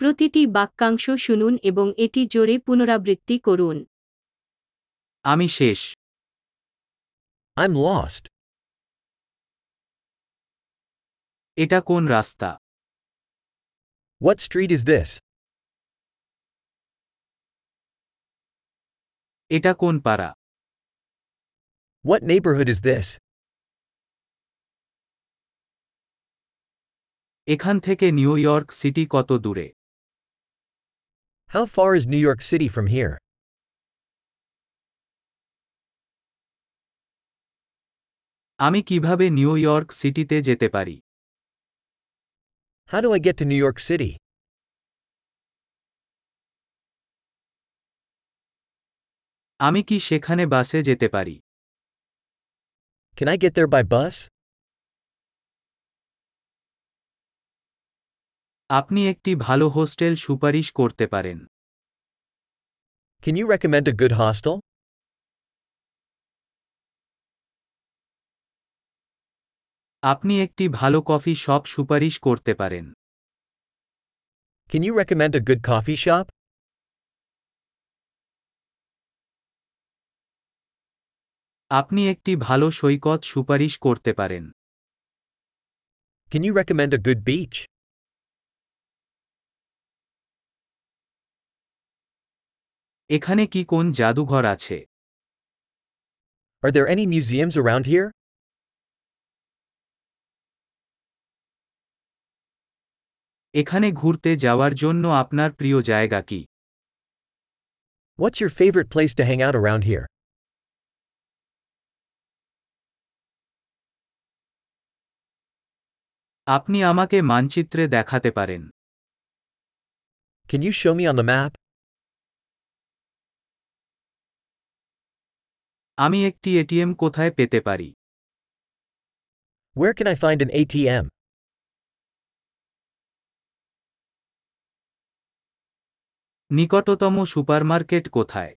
প্রতিটি বাক্যাংশ শুনুন এবং এটি জোরে পুনরাবৃত্তি করুন আমি শেষ I'm lost. এটা কোন রাস্তা What street is this? এটা কোন পাড়া What neighborhood is this? এখান থেকে নিউ ইয়র্ক সিটি কত দূরে How far is New York City from here? আমি কিভাবে নিউ ইয়র্ক সিটিতে যেতে পারি How do I get to New York City? আমি কি সেখানে বাসে যেতে পারি Can I get there by bus? আপনি একটি ভালো হোস্টেল সুপারিশ করতে পারেন Can you recommend a good hostel? আপনি একটি ভালো কফি শপ সুপারিশ করতে পারেন Can you recommend a good coffee shop? আপনি একটি ভালো সৈকত সুপারিশ করতে পারেন Can you recommend a good beach? এখানে কি কোন জাদুঘর আছে Are there any museums around here? এখানে ঘুরতে যাওয়ার জন্য আপনার প্রিয় জায়গা কি What's your favorite place to hang out around here? আপনি আমাকে মানচিত্রে দেখাতে পারেন Can you show me on the map? আমি একটি এটিএম কোথায় পেতে পারি Where can I find an ATM? নিকটতম সুপারমার্কেট কোথায়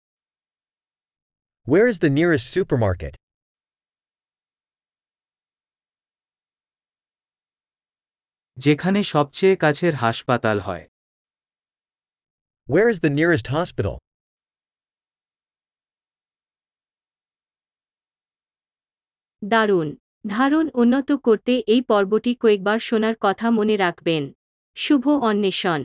Where is the nearest supermarket? যেখানে সবচেয়ে কাছের হাসপাতাল হয় Where is the nearest hospital? দারুণ ধারণ উন্নত করতে এই পর্বটি কয়েকবার শোনার কথা মনে রাখবেন শুভ অন্বেষণ